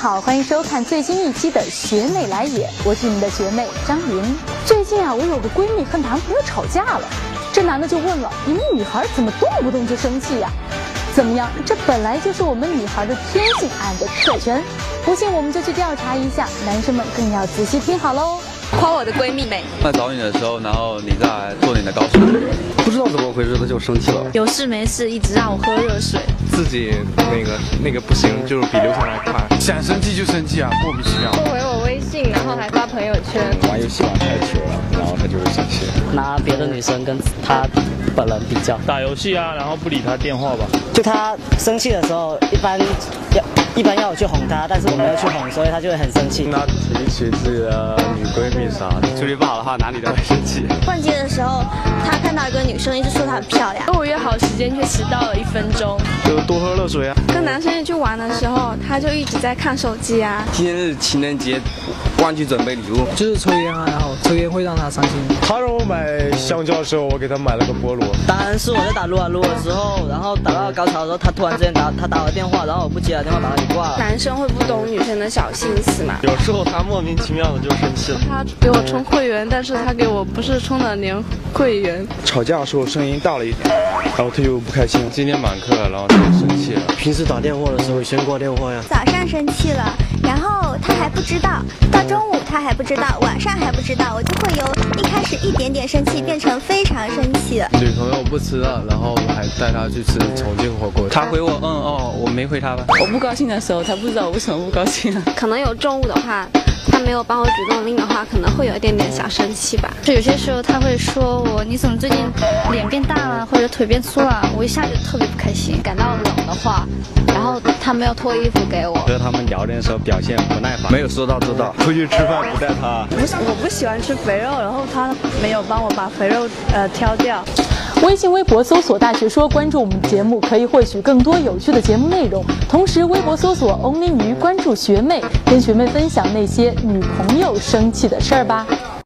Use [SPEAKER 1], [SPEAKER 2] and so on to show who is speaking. [SPEAKER 1] 好，欢迎收看最新一期的《学妹来也》，我是你们的学妹张云。最近啊，我有个闺蜜和男朋友吵架了，这男的就问了：“你们女孩怎么动不动就生气呀、怎么样？这本来就是我们女孩的天性俺的特权，不信我们就去调查一下，男生们更要仔细听好喽。
[SPEAKER 2] 夸我的闺蜜美，
[SPEAKER 3] 那找你的时候，然后你再做你的高潮，
[SPEAKER 4] 不知道怎么回事，他就生气了。
[SPEAKER 2] 有事没事一直让我喝热水，
[SPEAKER 5] 自己那个那个不行，就是比流程还快。
[SPEAKER 6] 想生气就生气啊，莫名其妙。
[SPEAKER 7] 回我微信，然后还发朋友圈。
[SPEAKER 8] 拿别的女生跟她本人比较。
[SPEAKER 9] 打游戏啊，然后不理他电话吧。
[SPEAKER 8] 就她生气的时候，一般要一般要我去哄她，但是我没有去哄，所以她就会很生气。
[SPEAKER 4] 那提起自己的女闺蜜啥的，处理不好的话，哪里都会生气。
[SPEAKER 10] 逛街的时候，他看到一个女生，一直说她很漂亮。
[SPEAKER 2] 跟我约好时间却迟到了一分钟，
[SPEAKER 5] 就多喝热水啊。
[SPEAKER 10] 跟男生去玩的时候，他就一直在看手机啊。
[SPEAKER 4] 今天是情人节，忘记准备礼物。
[SPEAKER 11] 就是抽烟啊，然后抽烟会让他伤心。
[SPEAKER 5] 他让我买香蕉的时候，我给他买了个菠萝。
[SPEAKER 8] 当然是我在打撸啊撸的时候，然后打到高潮的时候，她突然之间打她打我电话，然后我不接她电话，把她给挂了。
[SPEAKER 7] 男生会不懂女生的小心思嘛？
[SPEAKER 5] 有时候他莫名其妙的就生气了。
[SPEAKER 2] 他给我充会员，但是他给我不是充了年会员，
[SPEAKER 6] 吵架的时候声音大了一点，然后他就不开心。
[SPEAKER 5] 今天满课，然后他就生气了。
[SPEAKER 4] 平时打电话的时候先挂电话呀。
[SPEAKER 10] 早上生气了，然后他还不知道，到中午他还不知道，晚上还不知道，我就会由一开始一点点生气变成非常生气了。
[SPEAKER 4] 女朋友不吃了，然后我还带她去吃重庆火锅。
[SPEAKER 3] 他回我嗯哦，我没回他吧。
[SPEAKER 8] 我不高兴的时候，她不知道我为什么不高兴、啊。
[SPEAKER 7] 可能有重物的话，他没有帮我主动拎的话，可能会有一点点小生气吧。
[SPEAKER 2] 就有些时候他会说我你怎么最近脸变大了，或者腿变粗了，我一下就特别不开心。感到冷的话，然后他没有脱衣服给我，
[SPEAKER 4] 和他们聊天的时候表现不耐烦，没有说到做到。出去吃饭不带她，
[SPEAKER 2] 我不喜欢吃肥肉，然后他没有帮我把肥肉呃挑掉。
[SPEAKER 1] 微信、微博搜索“大学说”，关注我们的节目，可以获取更多有趣的节目内容。同时，微博搜索 “only 鱼”，关注学妹，跟学妹分享那些女朋友生气的事儿吧。